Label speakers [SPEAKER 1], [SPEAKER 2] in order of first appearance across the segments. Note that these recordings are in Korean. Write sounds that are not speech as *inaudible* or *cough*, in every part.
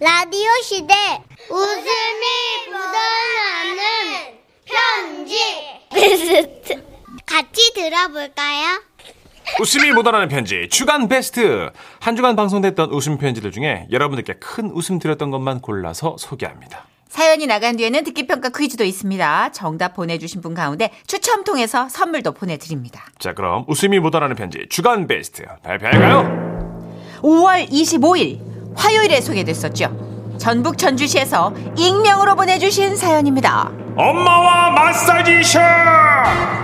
[SPEAKER 1] 라디오 시대 웃음이 묻어나는 편지 베스트 같이 들어볼까요?
[SPEAKER 2] 웃음이 묻어나는 편지 주간 베스트 한 주간 방송됐던 웃음 편지들 중에 여러분들께 큰 웃음 드렸던 것만 골라서 소개합니다.
[SPEAKER 3] 사연이 나간 뒤에는 듣기평가 퀴즈도 있습니다. 정답 보내주신 분 가운데 추첨 통해서 선물도 보내드립니다.
[SPEAKER 2] 자 그럼 웃음이 묻어나는 편지 주간 베스트 발표할까요?
[SPEAKER 3] 5월 25일 화요일에 소개됐었죠. 전북 전주시에서 익명으로 보내주신 사연입니다.
[SPEAKER 2] 엄마와 마사지 샵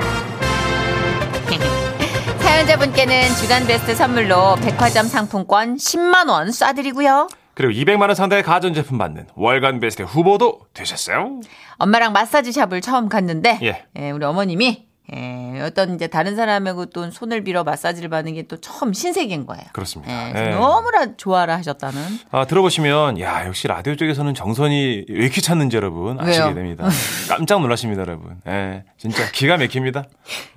[SPEAKER 3] 사연자분께는 주간 베스트 선물로 백화점 상품권 10만 원 쏴드리고요.
[SPEAKER 2] 그리고 200만 원 상당의 가전제품 받는 월간 베스트 후보도 되셨어요?
[SPEAKER 3] 엄마랑 마사지 샵을 처음 갔는데
[SPEAKER 2] 예.
[SPEAKER 3] 예, 우리 어머님이 예, 어떤 이제 다른 사람하고 또 손을 빌어 마사지를 받는 게 또 처음 신세계인 거예요.
[SPEAKER 2] 그렇습니다.
[SPEAKER 3] 예,
[SPEAKER 2] 예.
[SPEAKER 3] 너무나 좋아라 하셨다는.
[SPEAKER 2] 아, 들어보시면 야 역시 라디오 쪽에서는 정선이 왜 이렇게 찾는지 여러분 아시게
[SPEAKER 3] 왜요?
[SPEAKER 2] 됩니다. 깜짝 놀라십니다 여러분. 예, 진짜 기가 막힙니다.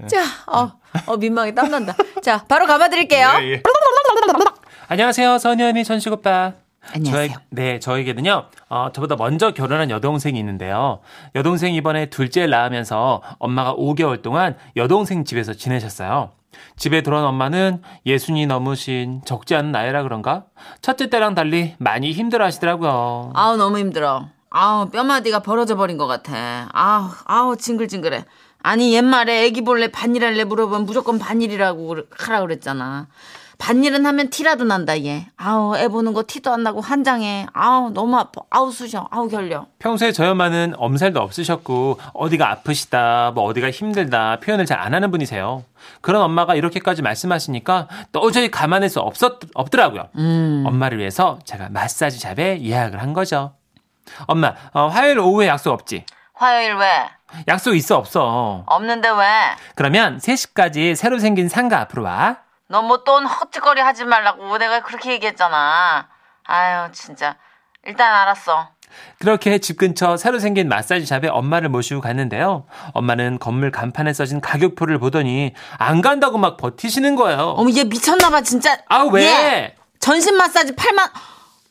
[SPEAKER 3] 자, 어, 어 민망해 땀난다. 자, 바로 감아드릴게요.
[SPEAKER 2] 예, 예. 안녕하세요, 선현이 전식 오빠.
[SPEAKER 3] 안녕하세요.
[SPEAKER 2] 저희, 네, 저에게는요, 어, 저보다 먼저 결혼한 여동생이 있는데요. 여동생 이번에 둘째 낳으면서 엄마가 5개월 동안 여동생 집에서 지내셨어요. 집에 들어온 엄마는 예순이 넘으신 적지 않은 나이라 그런가? 첫째 때랑 달리 많이 힘들어 하시더라고요.
[SPEAKER 3] 아우 너무 힘들어. 아우 뼈마디가 벌어져 버린 것 같아. 아우 아우 징글징글해. 아니 옛말에 애기 볼래 반일할래 물어보면 무조건 반일이라고 그러- 하라 그랬잖아. 반일은 하면 티라도 난다 얘. 아우 애 보는 거 티도 안 나고 한장해. 아우 너무 아파. 아우 쑤셔. 아우 결려.
[SPEAKER 2] 평소에 저희 엄마는 엄살도 없으셨고 어디가 아프시다 뭐 어디가 힘들다 표현을 잘 안 하는 분이세요. 그런 엄마가 이렇게까지 말씀하시니까 도저히 감안할 수 없었 없더라고요. 엄마를 위해서 제가 마사지 샵에 예약을 한 거죠. 엄마 어, 화요일 오후에 약속 없지?
[SPEAKER 3] 화요일 왜?
[SPEAKER 2] 약속 있어 없어?
[SPEAKER 3] 없는데 왜?
[SPEAKER 2] 그러면 3시까지 새로 생긴 상가 앞으로 와.
[SPEAKER 3] 너 뭐 또 헛짓거리 하지 말라고 내가 그렇게 얘기했잖아. 아유 진짜. 일단 알았어.
[SPEAKER 2] 그렇게 집 근처 새로 생긴 마사지 샵에 엄마를 모시고 갔는데요. 엄마는 건물 간판에 써진 가격표를 보더니 안 간다고 막 버티시는 거예요.
[SPEAKER 3] 어머 얘 미쳤나봐 진짜.
[SPEAKER 2] 아 왜?
[SPEAKER 3] 얘 전신 마사지 8만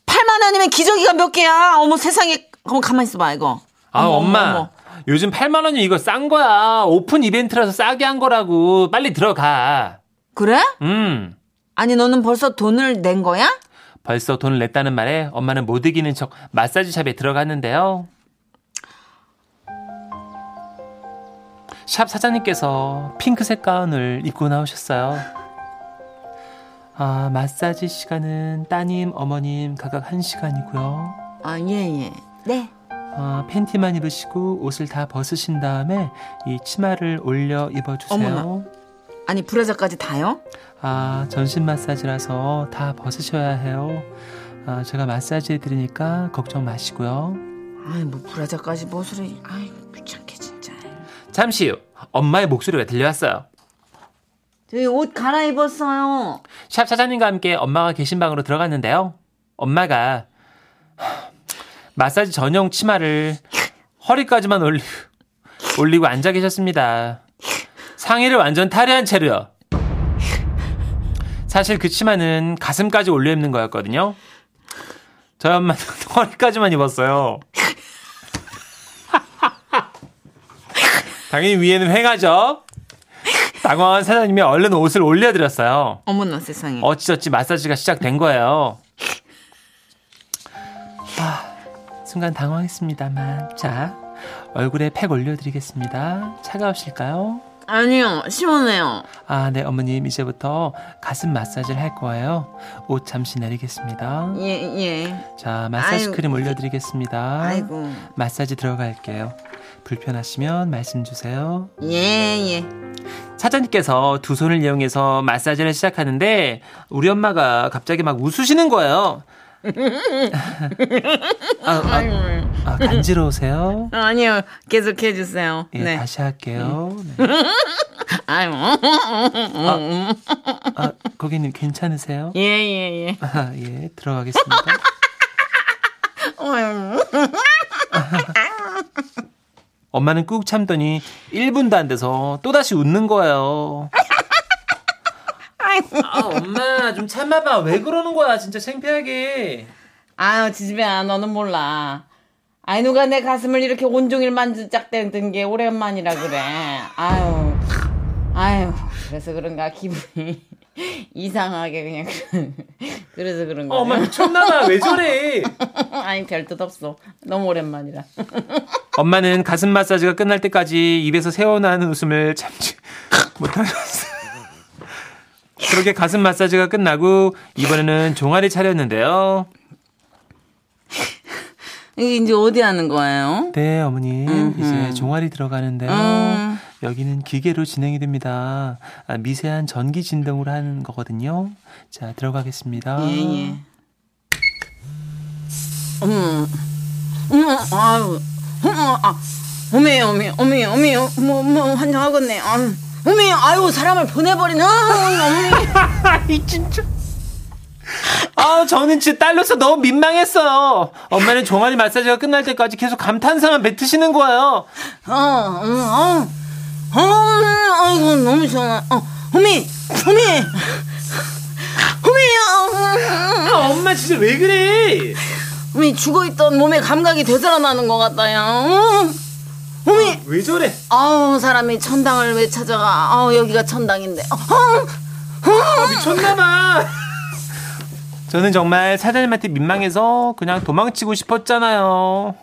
[SPEAKER 3] 8만 원이면 기저귀가 몇 개야? 어머 세상에. 어머 가만 히 있어봐 이거.
[SPEAKER 2] 아
[SPEAKER 3] 어머,
[SPEAKER 2] 엄마
[SPEAKER 3] 어머, 어머.
[SPEAKER 2] 요즘 8만 원이 이거 싼 거야 오픈 이벤트라서 싸게 한 거라고 빨리 들어가
[SPEAKER 3] 그래?
[SPEAKER 2] 음
[SPEAKER 3] 아니 너는 벌써 돈을 낸 거야?
[SPEAKER 2] 벌써 돈을 냈다는 말에 엄마는 못 이기는 척 마사지 샵에 들어갔는데요 샵 사장님께서 핑크색 가운을 입고 나오셨어요 아 마사지 시간은 따님 어머님 각각 1시간이고요
[SPEAKER 3] 아 예예. 네.
[SPEAKER 2] 아, 팬티만 입으시고 옷을 다 벗으신 다음에 이 치마를 올려 입어주세요.
[SPEAKER 3] 어머나. 아니 브라자까지 다요?
[SPEAKER 2] 아 전신 마사지라서 다 벗으셔야 해요. 아, 제가 마사지 해드리니까 걱정 마시고요.
[SPEAKER 3] 아이 뭐 브라자까지 뭐소리. 아이 귀찮게 진짜.
[SPEAKER 2] 잠시 후 엄마의 목소리가 들려왔어요.
[SPEAKER 3] 저희 옷 갈아입었어요.
[SPEAKER 2] 샵 사장님과 함께 엄마가 계신 방으로 들어갔는데요. 엄마가 하, 마사지 전용 치마를 허리까지만 올리, 올리고 앉아 계셨습니다. 상의를 완전 탈의한 채로요. 사실 그 치마는 가슴까지 올려 입는 거였거든요. 저희 엄마는 *laughs* 허리까지만 입었어요. 당연히 위에는 횡하죠. 당황한 사장님이 얼른 옷을 올려드렸어요.
[SPEAKER 3] 어머나 세상에.
[SPEAKER 2] 음. 어찌저찌 마사지가 시작된 거예요. 아, 순간 당황했습니다만. 자, 얼굴에 팩 올려드리겠습니다. 차가우실까요?
[SPEAKER 3] 아니요 시원해요.
[SPEAKER 2] 아, 네, 어머님, 이제부터 가슴 마사지를 할 거예요. 옷 잠시 내리겠습니다.
[SPEAKER 3] 예 예.
[SPEAKER 2] 자, 마사지
[SPEAKER 3] 아유.
[SPEAKER 2] 크림 올려드리겠습니다.
[SPEAKER 3] 아이고.
[SPEAKER 2] 마사지 들어갈게요. 불편하시면 말씀 주세요.
[SPEAKER 3] 예 예.
[SPEAKER 2] 사장님께서 두 손을 이용해서 마사지를 시작하는데 우리 엄마가 갑자기 막 웃으시는 거예요. 아, 아, 아, 간지러우세요?
[SPEAKER 3] 아니요 계속해 주세요.
[SPEAKER 2] 예,
[SPEAKER 3] 네.
[SPEAKER 2] 다시 할게요. 네.
[SPEAKER 3] 아유.
[SPEAKER 2] 아, 고객님 괜찮으세요?
[SPEAKER 3] 예, 예, 예.
[SPEAKER 2] 아, 예, 들어가겠습니다. 엄마는 꾹 참더니 1분도 안 돼서 또다시 웃는 거예요.
[SPEAKER 3] 아이고.
[SPEAKER 2] 아, 엄마 좀 참아봐. 왜 그러는 거야? 진짜 창피하게.
[SPEAKER 3] 아유, 지지배야, 너는 몰라. 아이, 누가 내 가슴을 이렇게 온종일 만지작대던 게 오랜만이라 그래. 아유, 아유, 그래서 그런가, 기분이 *laughs* 이상하게 그냥, *laughs* 그런- 그래서 그런가.
[SPEAKER 2] 어, 엄마 미쳤나봐. 왜 저래?
[SPEAKER 3] *laughs* 아니, 별 뜻 없어. 너무 오랜만이라.
[SPEAKER 2] 엄마는 가슴 마사지가 끝날 때까지 입에서 새어나는 웃음을 참지 못하셨어요. 그렇게 가슴 마사지가 끝나고 이번에는 종아리 차렸는데요.
[SPEAKER 3] 이게 이제 어디 하는 거예요?
[SPEAKER 2] 네, 어머님. 이제 종아리 들어가는데요. 여기는 기계로 진행이 됩니다. 아, 미세한 전기 진동으로 하는 거거든요. 자, 들어가겠습니다.
[SPEAKER 3] 예, 예. 어머, 어머, 아유, 어머, 아, 어메, 어메, 어메, 어메, 어머, 어머, 환장하겠네. 아유, 어메, 아유, 사람을 보내버리네. 아유, 어메.
[SPEAKER 2] 이 진짜. 아, 저는 진짜 딸로서 너무 민망했어요. 엄마는 종아리 마사지가 끝날 때까지 계속 감탄사만 뱉으시는 거예요.
[SPEAKER 3] 어, 어, 어, 어, 아이고, 너무 시원해. 어, 어메, 어메, 어메, 어,
[SPEAKER 2] 아, 엄마 진짜 왜 그래?
[SPEAKER 3] 어메, 죽어있던 몸의 감각이 되살아나는 것 같다요. 어, 어메,
[SPEAKER 2] 왜 저래?
[SPEAKER 3] 아우 사람이 천당을 왜 찾아가 아우 여기가 천당인데 어, 어,
[SPEAKER 2] 미쳤나봐. 저는 정말 사장님한테 민망해서 그냥 도망치고 싶었잖아요.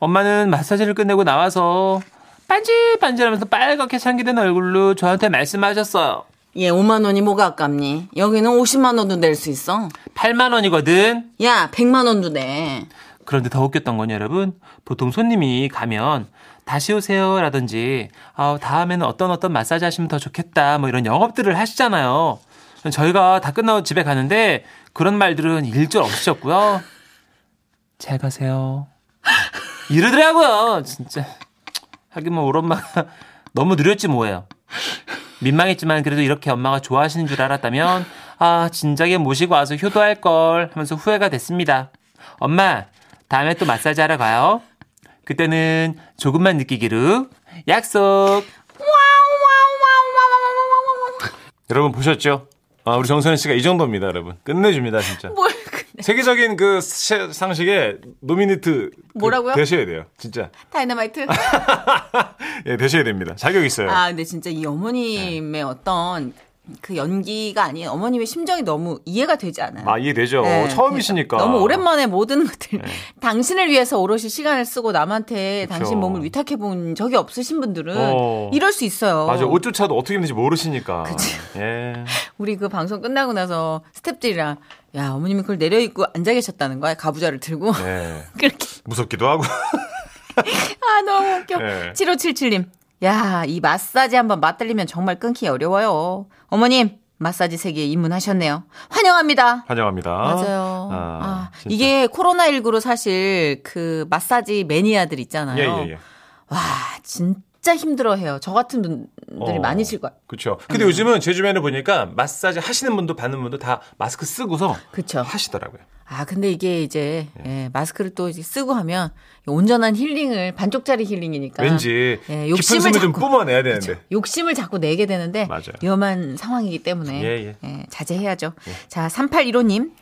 [SPEAKER 2] 엄마는 마사지를 끝내고 나와서 반질반질하면서 빨갛게 참기된 얼굴로 저한테 말씀하셨어요.
[SPEAKER 3] 얘 5만 예, 원이 뭐가 아깝니 여기는 50만 원도 낼 수 있어
[SPEAKER 2] 8만 원이거든.
[SPEAKER 3] 야 100만 원도 내
[SPEAKER 2] 그런데 더 웃겼던 건 여러분 보통 손님이 가면 다시 오세요라든지 아, 다음에는 어떤 어떤 마사지 하시면 더 좋겠다 뭐 이런 영업들을 하시잖아요. 저희가 다 끝나고 집에 가는데 그런 말들은 일절 없으셨고요. 잘 가세요. 이러더라고요 진짜. 하긴 뭐 우리 엄마가 *laughs* 너무 느렸지 뭐예요. 민망했지만 그래도 이렇게 엄마가 좋아하시는 줄 알았다면 아 진작에 모시고 와서 효도할 걸 하면서 후회가 됐습니다. 엄마 다음에 또 마사지 하러 가요. 그때는 조금만 느끼기로 약속.
[SPEAKER 4] 여러분 보셨죠? 아, 우리 정선희 씨가 이 정도입니다, 여러분. 끝내줍니다, 진짜.
[SPEAKER 3] 뭘 그래
[SPEAKER 4] 세계적인 그 세- 상식에 노미니트 그
[SPEAKER 3] 뭐라고요?
[SPEAKER 4] 되셔야 돼요, 진짜.
[SPEAKER 3] 다이너마이트
[SPEAKER 4] 예, 되셔야 됩니다. 자격 있어요.
[SPEAKER 3] 아 근데 진짜 이 어머님의 어떤 그 연기가 아닌 어머님의 심정이 너무 이해가 되지 않아요
[SPEAKER 4] 아, 이해되죠.
[SPEAKER 3] 네,
[SPEAKER 4] 처음이시니까. 네.
[SPEAKER 3] 너무 오랜만에 모든 것들 *laughs* 당신을 위해서 오롯이 시간을 쓰고 남한테 당신 몸을 위탁해 본 적이 없으신 분들은
[SPEAKER 4] 그렇죠. 어.
[SPEAKER 3] 이럴 수 있어요.
[SPEAKER 4] 맞아요. 옷조차도 어떻게 입는지 모르시니까.
[SPEAKER 3] 그치.
[SPEAKER 4] 예.
[SPEAKER 3] 우리 그 방송 끝나고 나서 스탭들이랑 야 어머님이 그걸 내려입고 앉아 계셨다는 거야 가부좌를 들고
[SPEAKER 4] 예.
[SPEAKER 3] *laughs* 그렇게
[SPEAKER 4] 무섭기도 하고. *laughs*
[SPEAKER 3] 아 너무 웃겨.
[SPEAKER 4] 네.
[SPEAKER 3] 7577님 야 이 마사지 한번 맛들리면 정말 끊기 어려워요. 어머님 마사지 세계에 입문하셨네요. 환영합니다.
[SPEAKER 4] 환영합니다.
[SPEAKER 3] 맞아요. 아,
[SPEAKER 4] 아, 진짜.
[SPEAKER 3] 이게 코로나19로 사실 그 마사지 매니아들
[SPEAKER 4] 예,
[SPEAKER 3] 있잖아요.
[SPEAKER 4] 예, 예.
[SPEAKER 3] 와, 진짜 힘들어해요. 저 같은 분들이
[SPEAKER 4] 어.
[SPEAKER 3] 많이 음. 실 거야.
[SPEAKER 4] 그렇죠. 근데 요즘은 제 주변에 보니까 마사지 하시는 분도 받는 분도 다 마스크 쓰고서
[SPEAKER 3] 그쵸.
[SPEAKER 4] 하시더라고요.
[SPEAKER 3] 아, 근데 이게 이제 예, 마스크를 또 이제 쓰고 하면 온전한 힐링을 반쪽짜리 힐링이니까
[SPEAKER 4] 왠지
[SPEAKER 3] 예,
[SPEAKER 4] 깊은
[SPEAKER 3] 욕심을
[SPEAKER 4] 숨을 좀
[SPEAKER 3] 자꾸-
[SPEAKER 4] 뿜어내야 되는데.
[SPEAKER 3] 욕심을 자꾸 내게 되는데
[SPEAKER 4] 맞아요.
[SPEAKER 3] 위험한 상황이기 때문에
[SPEAKER 4] 예,
[SPEAKER 3] 예, 자제해야죠. 자, 3815님.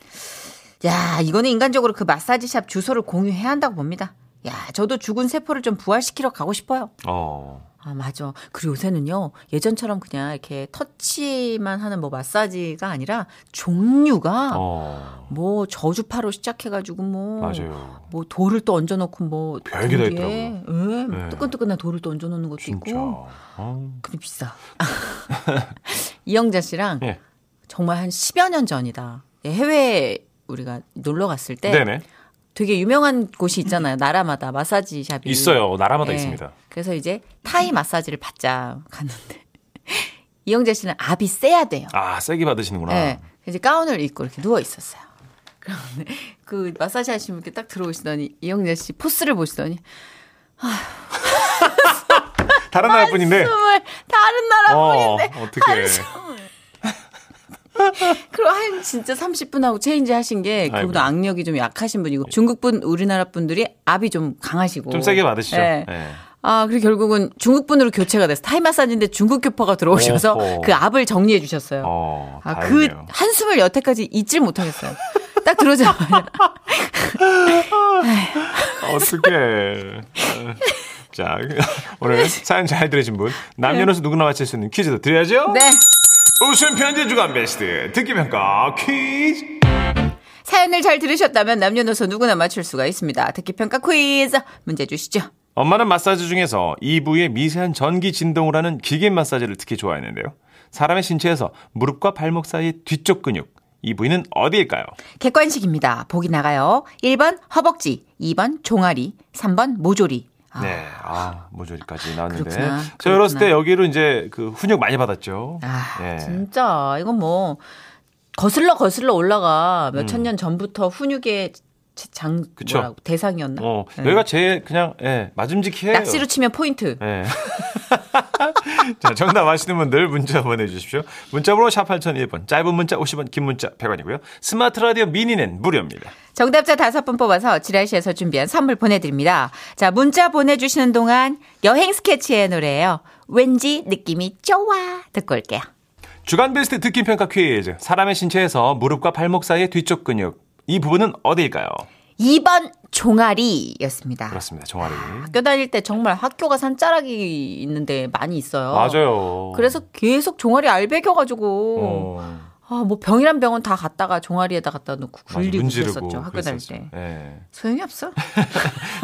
[SPEAKER 3] 야, 이거는 인간적으로 그 마사지샵 주소를 공유해야 한다고 봅니다. 야, 저도 죽은 세포를 좀 부활시키러 가고 싶어요.
[SPEAKER 4] 어.
[SPEAKER 3] 아, 맞아. 그리고 요새는요, 예전처럼 그냥 이렇게 터치만 하는 뭐 마사지가 아니라 종류가
[SPEAKER 4] 어.
[SPEAKER 3] 뭐 저주파로 시작해가지고 뭐.
[SPEAKER 4] 맞아요.
[SPEAKER 3] 뭐 돌을 또 얹어놓고 뭐.
[SPEAKER 4] 별게 다
[SPEAKER 3] 등 뒤에, 예,
[SPEAKER 4] 네.
[SPEAKER 3] 뜨끈뜨끈한 돌을 또 얹어놓는 것도
[SPEAKER 4] 진짜.
[SPEAKER 3] 있고.
[SPEAKER 4] 어.
[SPEAKER 3] 근데 비싸. *laughs* 이영자 씨랑
[SPEAKER 4] 예.
[SPEAKER 3] 정말 한 10여 년 전이다. 예, 해외 우리가 놀러 갔을 때
[SPEAKER 4] 네네.
[SPEAKER 3] 되게 유명한 곳이 있잖아요. 나라마다 마사지 샵이
[SPEAKER 4] 있어요. 나라마다
[SPEAKER 3] 예.
[SPEAKER 4] 있습니다.
[SPEAKER 3] 그래서 이제 타이 마사지를 받자 갔는데 *laughs* 이영재 씨는 압이 세야 돼요.
[SPEAKER 4] 아, 세게 받으시는구나.
[SPEAKER 3] 예. 그래서 이제 가운을 입고 이렇게 누워 있었어요. 그런데 그 마사지 하시는 분께 딱 들어오시더니 이영재 씨 포스를 보시더니
[SPEAKER 4] 다른 나라 아, 분인데.
[SPEAKER 3] 숨을 다른 나라
[SPEAKER 4] 어,
[SPEAKER 3] 분인데
[SPEAKER 4] 어떻게.
[SPEAKER 3] 그럼 한 진짜 30분 하고 체인지 하신 게 그분도
[SPEAKER 4] 아이고.
[SPEAKER 3] 악력이 좀 약하신 분이고 중국분 우리나라 분들이 압이 좀 강하시고
[SPEAKER 4] 좀 세게 받으시죠.
[SPEAKER 3] 예.
[SPEAKER 4] 예.
[SPEAKER 3] 아, 그리고 결국은 중국분으로 교체가 돼서 타이 마사지인데 중국 교포가 들어오셔서
[SPEAKER 4] 어허.
[SPEAKER 3] 그 압을 정리해 주셨어요.
[SPEAKER 4] 어.
[SPEAKER 3] 아, 그
[SPEAKER 4] 다행이네요. *laughs*
[SPEAKER 3] 한숨을 여태까지 잊질 못하겠어요. 딱 들어오자마자
[SPEAKER 4] 어떡해. *laughs* 자,
[SPEAKER 3] 네.
[SPEAKER 4] 오늘 사연 잘 들으신 분, 남녀노소 누구나 맞힐 수 있는 퀴즈도 드려야죠?
[SPEAKER 3] 네.
[SPEAKER 4] 웃음 편지 주간 베스트 듣기 평가 퀴즈.
[SPEAKER 3] 사연을 잘 들으셨다면 남녀노소 누구나 맞출 수가 있습니다. 듣기 평가 퀴즈 문제 주시죠.
[SPEAKER 4] 엄마는 마사지 중에서 이부의 미세한 전기 진동을 하는 기계 마사지를 특히 좋아했는데요. 사람의 신체에서 무릎과 발목 사이의 뒤쪽 근육, 이 부위는 어디일까요?
[SPEAKER 3] 객관식입니다. 보기 나가요. 1번 허벅지, 2번 종아리, 3번 모조리. 아,
[SPEAKER 4] 네, 아, 모조리까지 나왔는데.
[SPEAKER 3] 그렇구나,
[SPEAKER 4] 제가 어렸을 때
[SPEAKER 3] 그렇구나.
[SPEAKER 4] 여기로 이제 그 훈육 많이 받았죠.
[SPEAKER 3] 아,
[SPEAKER 4] 예.
[SPEAKER 3] 진짜 이건 뭐 거슬러 거슬러 올라가 몇 천 년 전부터 훈육의 지- 장
[SPEAKER 4] 음. 그쵸.
[SPEAKER 3] 뭐라고 대상이었나?
[SPEAKER 4] 어,
[SPEAKER 3] 네.
[SPEAKER 4] 여기가 제일 그냥, 예, 맞음직해요.
[SPEAKER 3] 낚시로 치면 포인트.
[SPEAKER 4] 예. *laughs* 자, 정답 아시는 분들 문자 보내주십시오. 문자번호 샵 8001번, 짧은 문자 50원, 긴 문자 100원이고요. 스마트 라디오 미니는 무료입니다.
[SPEAKER 3] 정답자 다섯 분 뽑아서 지라시에서 준비한 선물 보내드립니다. 자 문자 보내주시는 동안 여행 스케치의 노래예요. 왠지 느낌이 좋아 듣고 올게요.
[SPEAKER 4] 주간 베스트 듣기 평가 퀴즈. 사람의 신체에서 무릎과 발목 사이의 뒤쪽 근육. 이 부분은 어디일까요?
[SPEAKER 3] 2번 종아리였습니다.
[SPEAKER 4] 그렇습니다. 종아리.
[SPEAKER 3] 학교 다닐 때 정말 학교가 산자락이 있는데 많이 있어요.
[SPEAKER 4] 맞아요.
[SPEAKER 3] 그래서 계속 종아리 알베겨가지고
[SPEAKER 4] 어,
[SPEAKER 3] 아 뭐 병이란 병은 다 갔다가 종아리에다 갖다 놓고
[SPEAKER 4] 맞아,
[SPEAKER 3] 굴리고
[SPEAKER 4] 문지르고
[SPEAKER 3] 그랬었죠 학교 다닐
[SPEAKER 4] 그랬었죠.
[SPEAKER 3] 때
[SPEAKER 4] 예.
[SPEAKER 3] 소용이 없어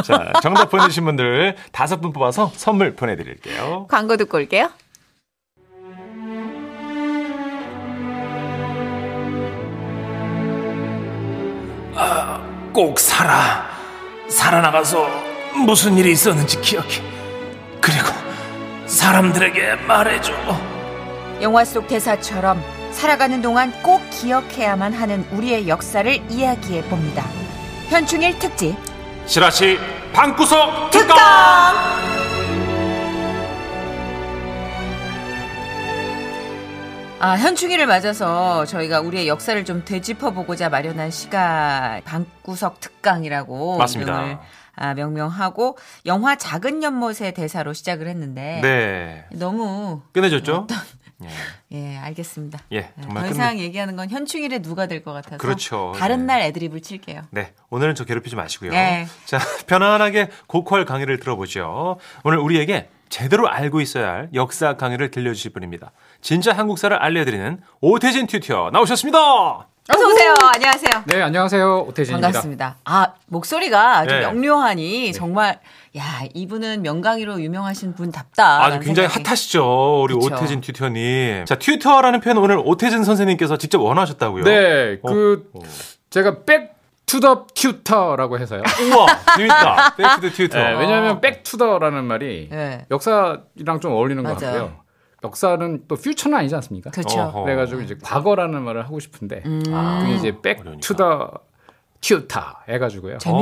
[SPEAKER 4] 자, 정답 보내주신 분들 다섯 분 뽑아서 선물
[SPEAKER 5] 네.
[SPEAKER 4] 보내드릴게요.
[SPEAKER 3] 광고 듣고 올게요
[SPEAKER 5] 아, 꼭 살아 살아나가서 무슨 일이 있었는지 기억해 그리고 사람들에게 말해줘
[SPEAKER 3] 영화 속 대사처럼 살아가는 동안 꼭 기억해야만 하는 우리의 역사를 이야기해 봅니다 현충일 특집
[SPEAKER 5] 지라시 방구석
[SPEAKER 3] 특강 아, 현충일을 맞아서 저희가 우리의 역사를 좀 되짚어보고자 마련한 시간, 방구석 특강이라고
[SPEAKER 4] 맞습니다.
[SPEAKER 3] 이름을, 아, 명명하고 영화 작은 연못의 대사로 시작을 했는데
[SPEAKER 4] 네.
[SPEAKER 3] 너무
[SPEAKER 4] 끝내줬죠?
[SPEAKER 3] 예 알겠습니다. 아,
[SPEAKER 4] 예, 정말
[SPEAKER 3] 더 이상 얘기하는 건 현충일에 누가 될 것 같아서
[SPEAKER 4] 그렇죠.
[SPEAKER 3] 다른
[SPEAKER 4] 네.
[SPEAKER 3] 날 애드립을 칠게요.
[SPEAKER 4] 네. 오늘은 저 괴롭히지 마시고요.
[SPEAKER 3] 예.
[SPEAKER 4] 자, *laughs* 편안하게 고퀄 강의를 들어보죠. 오늘 우리에게 제대로 알고 있어야 할 역사 강의를 들려주실 분입니다. 진짜 한국사를 알려드리는 오태진 튜터 나오셨습니다!
[SPEAKER 3] 어서 오세요. 안녕하세요.
[SPEAKER 6] 네, 안녕하세요. 오태진입니다.
[SPEAKER 3] 반갑습니다. 아 목소리가 좀
[SPEAKER 4] 네.
[SPEAKER 3] 영려하니 정말 야 이분은 명강의로 유명하신 분답다.
[SPEAKER 4] 아주 굉장히 핫하시죠, 우리
[SPEAKER 3] 그쵸.
[SPEAKER 4] 오태진 튜터님. 자, 튜터라는 표현 오늘 오태진 선생님께서 직접 원하셨다고요?
[SPEAKER 6] 네, 그 제가 백투더 튜터라고 해서요.
[SPEAKER 4] 우와, *laughs* 재밌다. 백투더 튜터.
[SPEAKER 6] 네, 왜냐하면 백투더라는 말이
[SPEAKER 3] 네.
[SPEAKER 6] 역사랑 좀 어울리는
[SPEAKER 3] 맞아요.
[SPEAKER 6] 것 같고요. 역사는 또 퓨처는 아니지 않습니까?
[SPEAKER 3] 그렇죠. 음.
[SPEAKER 4] 어허.
[SPEAKER 6] 그래가지고 이제 과거라는 말을 하고 싶은데
[SPEAKER 3] 아.
[SPEAKER 6] 그게 이제 백투더 튜터 해가지고요.
[SPEAKER 3] 재밌다.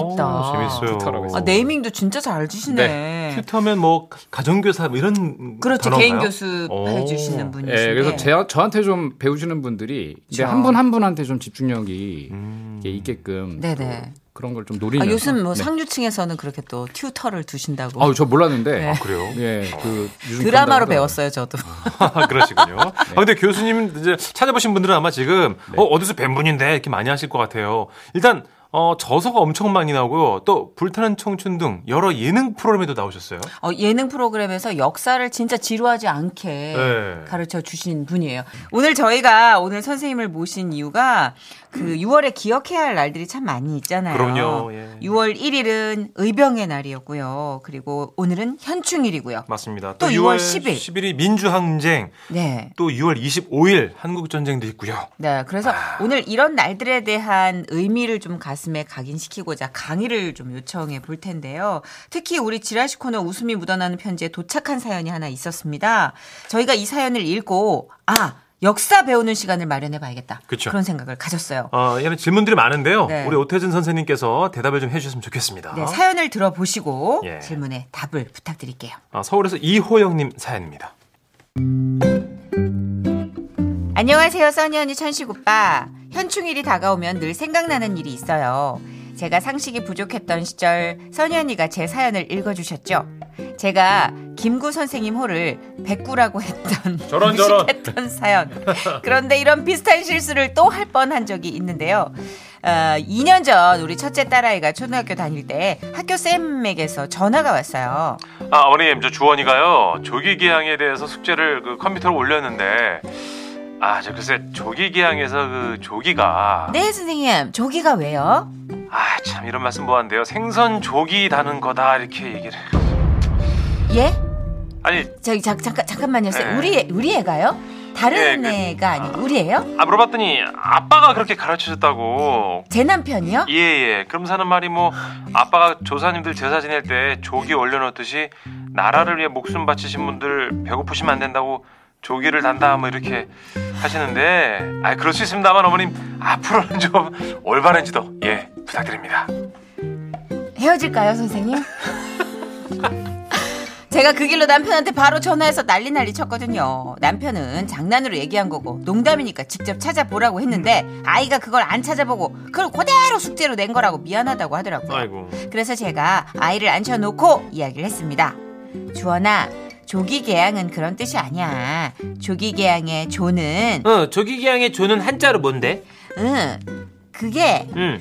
[SPEAKER 4] 오, 재밌어요.
[SPEAKER 6] 튜터라고
[SPEAKER 3] 아,
[SPEAKER 6] 했어요.
[SPEAKER 3] 네이밍도 진짜 잘 지시네.
[SPEAKER 4] 튜터면 뭐 가정교사 뭐 이런
[SPEAKER 3] 그렇죠.
[SPEAKER 4] 단어인가요?
[SPEAKER 3] 개인 교습
[SPEAKER 4] 오.
[SPEAKER 3] 해주시는
[SPEAKER 6] 예,
[SPEAKER 3] 분이신데.
[SPEAKER 6] 그래서 제, 저한테 좀 배우시는 분들이
[SPEAKER 3] 그렇죠.
[SPEAKER 6] 한 분 한 분한테 좀 집중력이 이게 있게끔
[SPEAKER 3] 네네.
[SPEAKER 6] 또 그런 걸 좀
[SPEAKER 3] 아,
[SPEAKER 6] 노리면서
[SPEAKER 3] 요즘 뭐
[SPEAKER 6] 네.
[SPEAKER 3] 상류층에서는 그렇게 또 튜터를 두신다고.
[SPEAKER 6] 아우 저 몰랐는데
[SPEAKER 3] 네. 아,
[SPEAKER 4] 그래요?
[SPEAKER 6] 예, 그 요즘
[SPEAKER 3] 드라마로
[SPEAKER 6] 그런다고
[SPEAKER 3] 배웠어요, 저도.
[SPEAKER 4] 아, *laughs* 그러시군요. 아, 근데 교수님 이제 찾아보신 분들은 아마 지금 어, 어디서 뵌 분인데 이렇게 많이 하실 것 같아요. 일단 어, 저서가 엄청 많이 나오고요. 또 불타는 청춘 등 여러 예능 프로그램에도 나오셨어요.
[SPEAKER 3] 어, 예능 프로그램에서 역사를 진짜 지루하지 않게
[SPEAKER 4] 네.
[SPEAKER 3] 가르쳐 주신 분이에요. 오늘 저희가 오늘 선생님을 모신 이유가 그 6월에 기억해야 할 날들이 참 많이 있잖아요.
[SPEAKER 4] 음. 그럼요, 예.
[SPEAKER 3] 6월 1일은 의병의 날이었고요. 그리고 오늘은 현충일이고요.
[SPEAKER 4] 맞습니다.
[SPEAKER 3] 또 6월 10일.
[SPEAKER 4] 10일이 민주항쟁,
[SPEAKER 3] 네.
[SPEAKER 4] 또 6월 25일 한국전쟁도 있고요.
[SPEAKER 3] 네, 그래서
[SPEAKER 4] 아.
[SPEAKER 3] 오늘 이런 날들에 대한 의미를 좀 가슴에 각인시키고자 강의를 좀 요청해 볼 텐데요. 특히 우리 지라시 코너 웃음이 묻어나는 편지에 도착한 사연이 하나 있었습니다. 저희가 이 사연을 읽고 아 역사 배우는 시간을 마련해 봐야겠다.
[SPEAKER 4] 그쵸.
[SPEAKER 3] 런 생각을 가졌어요.
[SPEAKER 4] 어, 이런 질문들이 많은데요.
[SPEAKER 3] 네.
[SPEAKER 4] 우리 오태진 선생님께서 대답을 좀 해주셨으면 좋겠습니다.
[SPEAKER 3] 네, 사연을 들어보시고
[SPEAKER 4] 예.
[SPEAKER 3] 질문에 답을 부탁드릴게요.
[SPEAKER 4] 아, 서울에서 이호영님 사연입니다.
[SPEAKER 3] 안녕하세요, 써니 언니 천식 오빠. 현충일이 다가오면 늘 생각나는 일이 있어요. 제가 상식이 부족했던 시절 써니 언니가 제 사연을 읽어주셨죠. 제가 김구 선생님 호를 백구라고 *laughs* 했던
[SPEAKER 4] 저런, 저런.
[SPEAKER 3] 무식했던 사연. 그런데 이런 비슷한 실수를 또 할 뻔한 적이 있는데요. 어, 2년 전 우리 첫째 딸아이가 초등학교 다닐 때 학교 쌤에게서 전화가 왔어요.
[SPEAKER 4] 아, 어머님, 저 주원이가요. 조기기항에 대해서 숙제를 그 컴퓨터로 올렸는데 아, 저 글쎄 조기기항에서 그 조기가
[SPEAKER 3] 네 선생님 조기가 왜요?
[SPEAKER 4] 아, 참 이런 말씀 뭐한데요. 생선 조기 다는 거다 이렇게 얘기를.
[SPEAKER 3] 예?
[SPEAKER 4] 아니,
[SPEAKER 3] 저기 자, 잠깐 잠깐만요. 쌤.
[SPEAKER 4] 네.
[SPEAKER 3] 우리 애- 우리 애가요? 다른
[SPEAKER 4] 예, 그-
[SPEAKER 3] 애가 아니고 우리 애요?
[SPEAKER 4] 아 물어봤더니 아빠가 그렇게 가르쳐줬다고.
[SPEAKER 3] 제 남편이요?
[SPEAKER 4] 예, 예. 그럼 사는 말이 뭐 아빠가 조사님들 제사 지낼 때 조기 올려놓듯이 나라를 위해 목숨 바치신 분들 배고프시면 안 된다고 조기를 단다 뭐 이렇게 하시는데 아 그럴 수 있습니다만 어머님 앞으로는 좀 올바른 지도 예 부탁드립니다.
[SPEAKER 3] 헤어질까요,
[SPEAKER 4] *laughs*
[SPEAKER 3] 선생님? 제가 그 길로 남편한테 바로 전화해서 난리 난리 쳤거든요. 남편은 장난으로 얘기한 거고 농담이니까 직접 찾아보라고 했는데 아이가 그걸 안 찾아보고 그걸 그대로 숙제로 낸 거라고 미안하다고 하더라고요.
[SPEAKER 4] 아이고.
[SPEAKER 3] 그래서 제가 아이를 앉혀놓고 이야기를 했습니다. 주원아, 조기 개항은 그런 뜻이 아니야. 조기 개항의 조는
[SPEAKER 2] 어, 조기기왕의 조는 한자로 뭔데?
[SPEAKER 3] 응 그게
[SPEAKER 2] 응.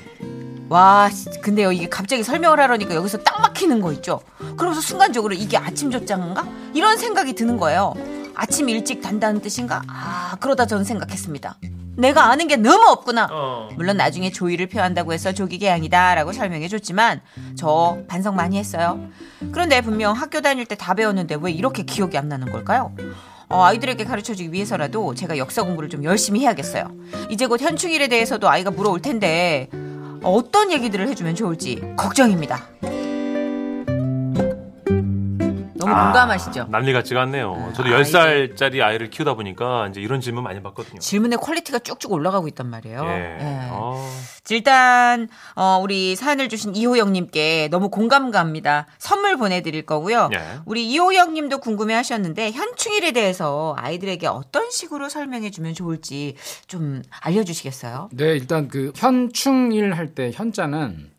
[SPEAKER 3] 와 씨, 근데요 이게 갑자기 설명을 하려니까 여기서 딱 막히는 거 있죠 그러면서 순간적으로 이게 아침 조장인가 이런 생각이 드는 거예요 아침 일찍 간다는 뜻인가 아 그러다 저는 생각했습니다 내가 아는 게 너무 없구나
[SPEAKER 2] 어.
[SPEAKER 3] 물론 나중에 조이를 표한다고 해서 조기계양이다라고 설명해 줬지만 저 반성 많이 했어요 그런데 분명 학교 다닐 때 다 배웠는데 왜 이렇게 기억이 안 나는 걸까요? 어, 아이들에게 가르쳐주기 위해서라도 제가 역사 공부를 좀 열심히 해야겠어요. 이제 곧 현충일에 대해서도 아이가 물어올 텐데 어떤 얘기들을 해주면 좋을지 걱정입니다. 너무 공감하시죠?
[SPEAKER 4] 남일 같지가
[SPEAKER 3] 아,
[SPEAKER 4] 않네요. 저도 10살짜리 아이를 키우다 보니까 이제 이런 질문 많이 받거든요.
[SPEAKER 3] 질문의 퀄리티가 쭉쭉 올라가고 있단 말이에요. 예.
[SPEAKER 4] 어.
[SPEAKER 3] 일단 어, 우리 사연을 주신 이호영님께 너무 공감 갑니다. 선물 보내드릴 거고요.
[SPEAKER 6] 네.
[SPEAKER 4] 예.
[SPEAKER 3] 우리 이호영님도 궁금해하셨는데 현충일에 대해서 아이들에게 어떤 식으로 설명해주면 좋을지 좀 알려주시겠어요?
[SPEAKER 6] 네, 일단 그 현충일 할 때 현자는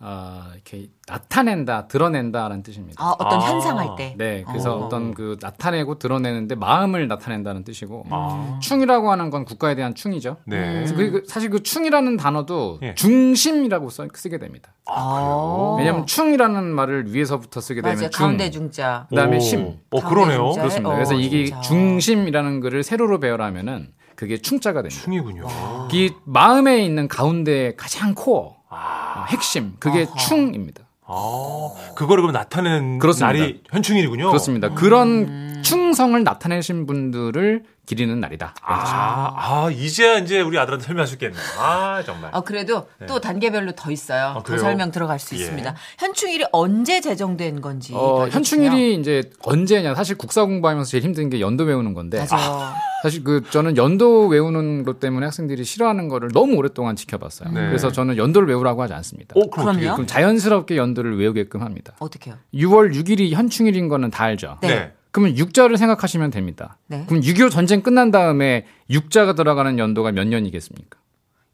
[SPEAKER 6] 어, 이렇게 나타낸다, 드러낸다라는 뜻입니다.
[SPEAKER 3] 아, 어떤
[SPEAKER 4] 아.
[SPEAKER 3] 현상할 때.
[SPEAKER 6] 네, 그래서 어떤 그 나타내고 드러내는데 마음을 나타낸다는 뜻이고
[SPEAKER 4] 아.
[SPEAKER 6] 충이라고 하는 건 국가에 대한 충이죠.
[SPEAKER 3] 음.
[SPEAKER 4] 네.
[SPEAKER 6] 그래서 그- 그 사실 그 충이라는 단어도
[SPEAKER 4] 예.
[SPEAKER 6] 중심이라고 써, 쓰게 됩니다.
[SPEAKER 3] 아,
[SPEAKER 6] 왜냐하면 충이라는 말을 위에서부터 쓰게 되면
[SPEAKER 3] 맞아요.
[SPEAKER 6] 중,
[SPEAKER 3] 가운데 중자.
[SPEAKER 6] 그다음에
[SPEAKER 4] 오.
[SPEAKER 6] 심.
[SPEAKER 4] 어 그러네요.
[SPEAKER 3] 가운데
[SPEAKER 6] 그렇습니다.
[SPEAKER 3] 어,
[SPEAKER 6] 그래서 이게
[SPEAKER 3] 진짜.
[SPEAKER 6] 중심이라는 거를 세로로 배열하면은 그게 충자가 됩니다.
[SPEAKER 4] 충이군요.
[SPEAKER 3] 어.
[SPEAKER 6] 이 마음에 있는 가운데 가장 코어,
[SPEAKER 3] 아.
[SPEAKER 6] 어, 핵심, 그게 충입니다.
[SPEAKER 4] 아, 그거를 그럼 나타내는
[SPEAKER 6] 그렇습니다.
[SPEAKER 4] 날이 현충일이군요.
[SPEAKER 3] 어.
[SPEAKER 6] 그렇습니다.
[SPEAKER 3] 음.
[SPEAKER 6] 그런 충성을 나타내신 분들을 기리는 날이다.
[SPEAKER 4] 아, 아, 이제야 이제 우리 아들한테 설명할 수 있겠네. 아, 정말.
[SPEAKER 3] 아, 그래도
[SPEAKER 6] 네.
[SPEAKER 3] 또 단계별로 더
[SPEAKER 6] 아,
[SPEAKER 3] 있어요. 더
[SPEAKER 4] 그래요?
[SPEAKER 3] 설명 들어갈 수
[SPEAKER 4] 예.
[SPEAKER 3] 있습니다. 현충일이 언제 제정된 건지.
[SPEAKER 6] 어, 현충일이 이제 언제냐. 사실 국사 공부하면서 제일 힘든 게 연도 외우는 건데.
[SPEAKER 3] 맞아요.
[SPEAKER 6] 사실 그 저는 연도 외우는 것 때문에 학생들이 싫어하는 거를 너무 오랫동안 지켜봤어요.
[SPEAKER 3] 네.
[SPEAKER 6] 그래서 저는 연도를 외우라고 하지 않습니다.
[SPEAKER 4] 어, 그럼 어떻게?
[SPEAKER 3] 그럼요.
[SPEAKER 6] 그럼 자연스럽게 연도를 외우게끔 합니다.
[SPEAKER 3] 어떻게요?
[SPEAKER 6] 6월 6일이 현충일인 거는 다 알죠.
[SPEAKER 3] 네.
[SPEAKER 4] 네.
[SPEAKER 6] 그러면 육자를 생각하시면 됩니다.
[SPEAKER 3] 네.
[SPEAKER 6] 그럼 6.25 전쟁 끝난 다음에 육자가 들어가는 연도가 몇 년이겠습니까?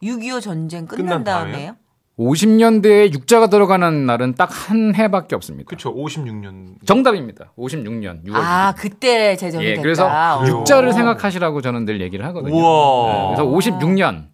[SPEAKER 3] 6.25 전쟁
[SPEAKER 4] 끝난
[SPEAKER 3] 끝난
[SPEAKER 4] 다음에요?
[SPEAKER 3] 다음에요?
[SPEAKER 6] 50년대에 육자가 들어가는 날은 딱 한 해밖에 없습니다.
[SPEAKER 4] 그렇죠. 56년.
[SPEAKER 6] 정답입니다. 56년 6월.
[SPEAKER 3] 아, 그때 제정이
[SPEAKER 6] 예,
[SPEAKER 3] 됐다. 어,
[SPEAKER 6] 그래서
[SPEAKER 3] 오.
[SPEAKER 6] 육자를 생각하시라고 저는 늘 얘기를 하거든요.
[SPEAKER 4] 우와. 아.
[SPEAKER 6] 네, 그래서 56년.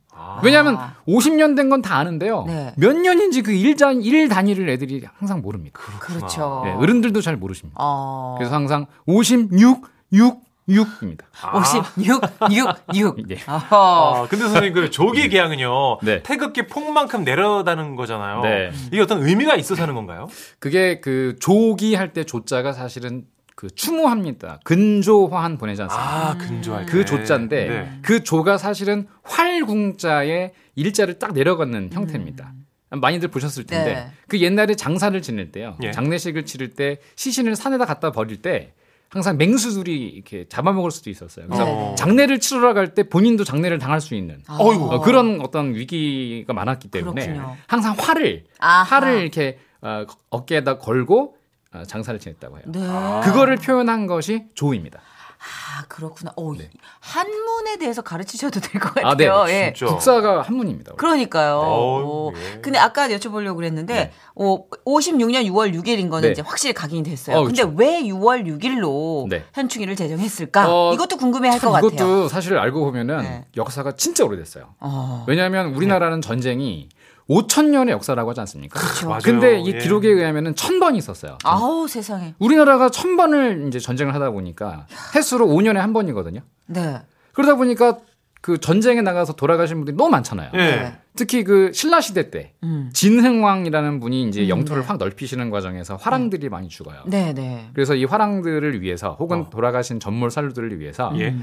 [SPEAKER 6] 왜냐하면 50년 된 건 다 아는데요.
[SPEAKER 3] 네.
[SPEAKER 6] 몇 년인지 그 일자 일 단위를 애들이 항상 모릅니다.
[SPEAKER 3] 그렇죠.
[SPEAKER 6] 네, 어른들도 잘 모르십니다.
[SPEAKER 3] 어.
[SPEAKER 6] 그래서 항상 56, 6, 6입니다.
[SPEAKER 3] 어,
[SPEAKER 6] 아.
[SPEAKER 3] 56, 6,
[SPEAKER 6] *laughs*
[SPEAKER 3] 6.
[SPEAKER 6] 예.
[SPEAKER 3] 어허.
[SPEAKER 4] 아, 근데 선생님 그 조기 계약은요.
[SPEAKER 6] 음. 네.
[SPEAKER 4] 태극기 폭만큼 내려다는 거잖아요.
[SPEAKER 6] 네.
[SPEAKER 4] 이게 어떤 의미가 있어서 하는 건가요?
[SPEAKER 6] 그게 그 조기 할 때 조자가 사실은 그 추모합니다. 근조화한 보내지 않습니까?
[SPEAKER 4] 아, 근조할 때.
[SPEAKER 6] 그 조자인데
[SPEAKER 4] 네.
[SPEAKER 6] 그 조가 사실은 활궁자의 일자를 딱 내려가는 형태입니다. 많이들 보셨을 텐데
[SPEAKER 3] 음. 네.
[SPEAKER 6] 그 옛날에 장사를 지낼 때요
[SPEAKER 4] 예.
[SPEAKER 6] 장례식을 치를 때 시신을 산에다 갖다 버릴 때 항상 맹수들이 이렇게 잡아먹을 수도 있었어요. 그래서
[SPEAKER 3] 네네.
[SPEAKER 6] 장례를 치러 갈 때 본인도 장례를 당할 수 있는
[SPEAKER 4] 어이구.
[SPEAKER 6] 어, 그런 어떤 위기가 많았기 때문에
[SPEAKER 3] 아. 그렇군요.
[SPEAKER 6] 항상 활을
[SPEAKER 3] 아하.
[SPEAKER 6] 활을 이렇게 어, 어깨에다 걸고 어, 장사를 지냈다고 해요.
[SPEAKER 3] 네.
[SPEAKER 6] 그거를 표현한 것이 조입니다.
[SPEAKER 3] 아 그렇구나. 어, 이- 한문에 대해서 가르치셔도 될 것 같아요.
[SPEAKER 6] 네. 아, 네,
[SPEAKER 3] 예.
[SPEAKER 4] 진짜.
[SPEAKER 6] 국사가 한문입니다.
[SPEAKER 3] 그러니까요.
[SPEAKER 4] 어우,
[SPEAKER 3] 어,
[SPEAKER 4] 예.
[SPEAKER 3] 근데 아까 여쭤보려고 그랬는데 어, 56년 6월 6일인 거는
[SPEAKER 6] 네.
[SPEAKER 3] 이제 확실히 각인이 됐어요.
[SPEAKER 6] 어,
[SPEAKER 3] 근데
[SPEAKER 6] 그쵸.
[SPEAKER 3] 왜 6월 6일로
[SPEAKER 6] 네.
[SPEAKER 3] 현충일을 제정했을까?
[SPEAKER 6] 어,
[SPEAKER 3] 이것도 궁금해할 것
[SPEAKER 6] 참
[SPEAKER 3] 같아요.
[SPEAKER 6] 이것도 사실 알고 보면은
[SPEAKER 3] 네.
[SPEAKER 6] 역사가 진짜 오래됐어요.
[SPEAKER 3] 어,
[SPEAKER 6] 왜냐하면 우리나라는 전쟁이 5천 년의 역사라고 하지 않습니까?
[SPEAKER 4] 맞아요.
[SPEAKER 6] 근데 이
[SPEAKER 4] 예.
[SPEAKER 6] 기록에 의하면은 천 번이 있었어요.
[SPEAKER 3] 아우 세상에.
[SPEAKER 6] 우리나라가 천 번을 이제 전쟁을 하다 보니까 횟수로 5년에 한 번이거든요.
[SPEAKER 3] 네.
[SPEAKER 6] 그러다 보니까 그 전쟁에 나가서 돌아가신 분들이 너무 많잖아요.
[SPEAKER 4] 예.
[SPEAKER 6] 특히 그 신라 시대 때
[SPEAKER 3] 음.
[SPEAKER 6] 진흥왕이라는 분이 이제
[SPEAKER 3] 음,
[SPEAKER 6] 영토를
[SPEAKER 3] 네.
[SPEAKER 6] 확 넓히시는 과정에서 화랑들이 많이 죽어요.
[SPEAKER 3] 네, 네.
[SPEAKER 6] 그래서 이 화랑들을 위해서 혹은 돌아가신 전몰 사료들을 위해서
[SPEAKER 4] 어. 예.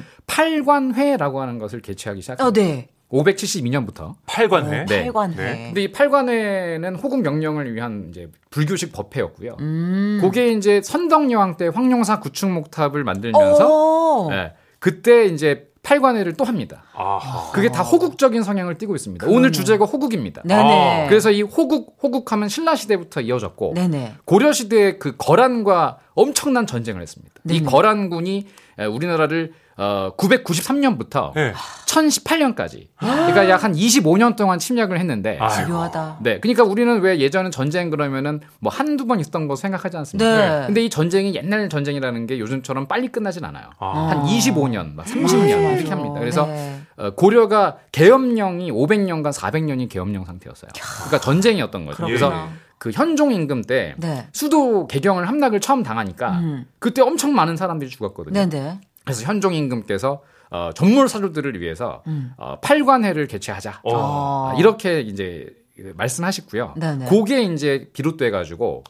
[SPEAKER 6] 팔관회라고 하는 것을 개최하기
[SPEAKER 3] 음. 어,
[SPEAKER 6] 시작합니다.
[SPEAKER 3] 네. 어,
[SPEAKER 6] 572년부터.
[SPEAKER 4] 팔관회.
[SPEAKER 6] 네.
[SPEAKER 3] 팔관회.
[SPEAKER 4] 네.
[SPEAKER 6] 근데 이 팔관회는 호국 명령을 위한 이제 불교식 법회였고요.
[SPEAKER 3] 음.
[SPEAKER 6] 그게 이제 선덕여왕 때 황룡사 구축 목탑을 만들면서
[SPEAKER 3] 오.
[SPEAKER 6] 예, 그때 이제 팔관회를 또 합니다.
[SPEAKER 4] 아하.
[SPEAKER 6] 그게 다 호국적인 성향을 띠고 있습니다. 오늘 주제가 호국입니다. 어,
[SPEAKER 3] 네네.
[SPEAKER 6] 아, 그래서 이 호국 호국하면 신라 시대부터 이어졌고
[SPEAKER 3] 네네.
[SPEAKER 6] 고려 시대에 그 거란과 엄청난 전쟁을 했습니다. 이 거란군이 에, 우리나라를 어 993년부터
[SPEAKER 3] 네.
[SPEAKER 4] 예.
[SPEAKER 6] 1018년까지 그러니까 약 한 25년 동안 침략을 했는데
[SPEAKER 4] 아이고.
[SPEAKER 3] 묘하다.
[SPEAKER 6] 네. 그러니까 우리는 왜 예전에 전쟁 그러면은 뭐 한두 번 있었던 거 생각하지 않습니까?
[SPEAKER 3] 네.
[SPEAKER 6] 근데 이 전쟁이 옛날 전쟁이라는 게 요즘처럼 빨리 끝나진 않아요.
[SPEAKER 4] 아.
[SPEAKER 6] 한 25년, 막 30년 이렇게
[SPEAKER 3] 맞아.
[SPEAKER 6] 합니다. 그래서
[SPEAKER 3] 네.
[SPEAKER 6] 어, 고려가 계엄령이 500년간 400년이 계엄령 상태였어요. 그러니까 전쟁이었던 거죠. 그래서
[SPEAKER 3] 그렇구나.
[SPEAKER 6] 그 현종 임금 때
[SPEAKER 3] 네.
[SPEAKER 6] 수도 개경을 함락을 처음 당하니까
[SPEAKER 3] 음.
[SPEAKER 6] 그때 엄청 많은 사람들이 죽었거든요.
[SPEAKER 3] 네, 네.
[SPEAKER 6] 아, 그래서 현종 임금께서 어, 전몰 사료들을 위해서
[SPEAKER 3] 음.
[SPEAKER 6] 어, 팔관회를 개최하자.
[SPEAKER 4] 어.
[SPEAKER 6] 아, 이렇게 이제 말씀하셨고요.
[SPEAKER 3] 네네.
[SPEAKER 6] 그게 이제 비롯돼 가지고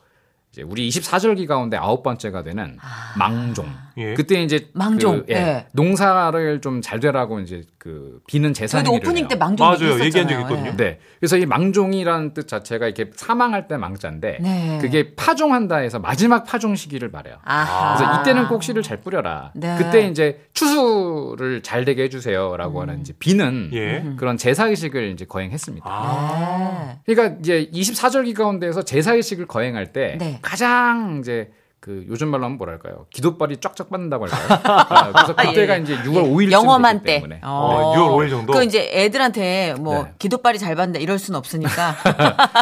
[SPEAKER 6] 이제 우리 24절기 가운데 아홉 번째가 되는 망종.
[SPEAKER 4] 예.
[SPEAKER 6] 그때 이제
[SPEAKER 3] 망종,
[SPEAKER 6] 그,
[SPEAKER 3] 예.
[SPEAKER 6] 농사를 좀 잘 되라고 이제 그 비는 재산이
[SPEAKER 3] 저희도 오프닝 때 망종
[SPEAKER 4] 맞아요.
[SPEAKER 3] 얘기했었잖아요.
[SPEAKER 4] 얘기한 적 있거든요.
[SPEAKER 6] 네. 그래서 이 망종이라는 뜻 자체가 이렇게 사망할 때 망자인데
[SPEAKER 3] 네.
[SPEAKER 6] 그게 파종한다 해서 마지막 파종 시기를 말해요.
[SPEAKER 3] 아하.
[SPEAKER 6] 그래서 이때는 꼭 씨를 잘 뿌려라.
[SPEAKER 3] 네.
[SPEAKER 6] 그때 이제 추수를 잘 되게 해주세요라고
[SPEAKER 3] 음.
[SPEAKER 6] 하는 이제 비는
[SPEAKER 4] 예.
[SPEAKER 6] 그런 제사 의식을 이제 거행했습니다.
[SPEAKER 4] 아,
[SPEAKER 3] 네.
[SPEAKER 6] 그러니까 이제 24절기 가운데에서 제사 의식을 거행할 때
[SPEAKER 3] 네.
[SPEAKER 6] 가장 이제 그 요즘 말로 하면 뭐랄까요? 기도발이 쫙쫙 받는다고 할까요? 아,
[SPEAKER 3] *laughs*
[SPEAKER 6] 그래서 그때가 이제 6월 5일
[SPEAKER 3] 예. 영험한 때.
[SPEAKER 6] 때문에.
[SPEAKER 4] 어, 6월 5일 정도?
[SPEAKER 3] 그 이제 애들한테 뭐
[SPEAKER 6] 네.
[SPEAKER 3] 기도빨이 잘 받는다 이럴 순
[SPEAKER 6] *laughs*
[SPEAKER 3] 없으니까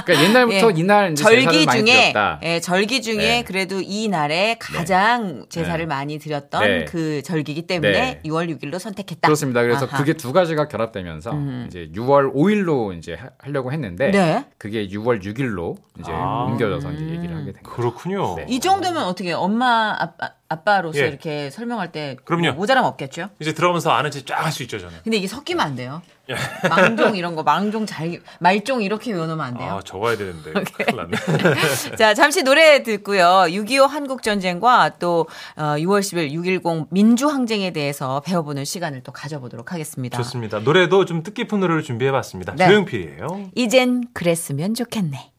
[SPEAKER 6] 그러니까 옛날부터
[SPEAKER 3] 예.
[SPEAKER 6] 이날 이제 제사를
[SPEAKER 3] 절기
[SPEAKER 6] 많이
[SPEAKER 3] 중에
[SPEAKER 6] 드렸다.
[SPEAKER 3] 예, 절기 중에
[SPEAKER 6] 네.
[SPEAKER 3] 그래도 이 날에 가장 제사를 많이 드렸던
[SPEAKER 6] 네.
[SPEAKER 3] 그 절기이기 때문에
[SPEAKER 6] 네.
[SPEAKER 3] 6월 6일로 선택했다.
[SPEAKER 6] 그렇습니다. 그래서
[SPEAKER 3] 아하. 음.
[SPEAKER 6] 그게 두 가지가 결합되면서 이제 6월 5일로 이제 하- 하려고 했는데
[SPEAKER 3] 네.
[SPEAKER 6] 그게 6월 6일로 이제
[SPEAKER 4] 아.
[SPEAKER 6] 옮겨져서 이제 얘기를 하게 된 거예요.
[SPEAKER 4] 그렇군요.
[SPEAKER 6] 네.
[SPEAKER 3] 이 정도면 어떻게 엄마 아빠, 아빠로서
[SPEAKER 4] 예.
[SPEAKER 3] 이렇게 설명할 때뭐
[SPEAKER 4] 그럼요.
[SPEAKER 3] 모자람 없겠죠?
[SPEAKER 4] 이제 들어가면서 아는 체 쫙 할 수 있죠, 저는.
[SPEAKER 3] 근데 이게 섞이면 안 돼요.
[SPEAKER 4] 예.
[SPEAKER 3] 망종 이런 거 망종 잘 말종 이렇게 외워놓으면 안 돼요.
[SPEAKER 4] 아, 적어야 되는데. 큰일 났네. *laughs*
[SPEAKER 3] 자, 잠시 노래 듣고요. 6.25 한국전쟁과 또 어, 6월 10일 6.10 민주항쟁에 대해서 배워보는 시간을 또 가져보도록 하겠습니다.
[SPEAKER 4] 좋습니다. 노래도 좀 뜻깊은 노래를 준비해봤습니다.
[SPEAKER 3] 네.
[SPEAKER 4] 조용필이에요.
[SPEAKER 3] 이젠 그랬으면 좋겠네.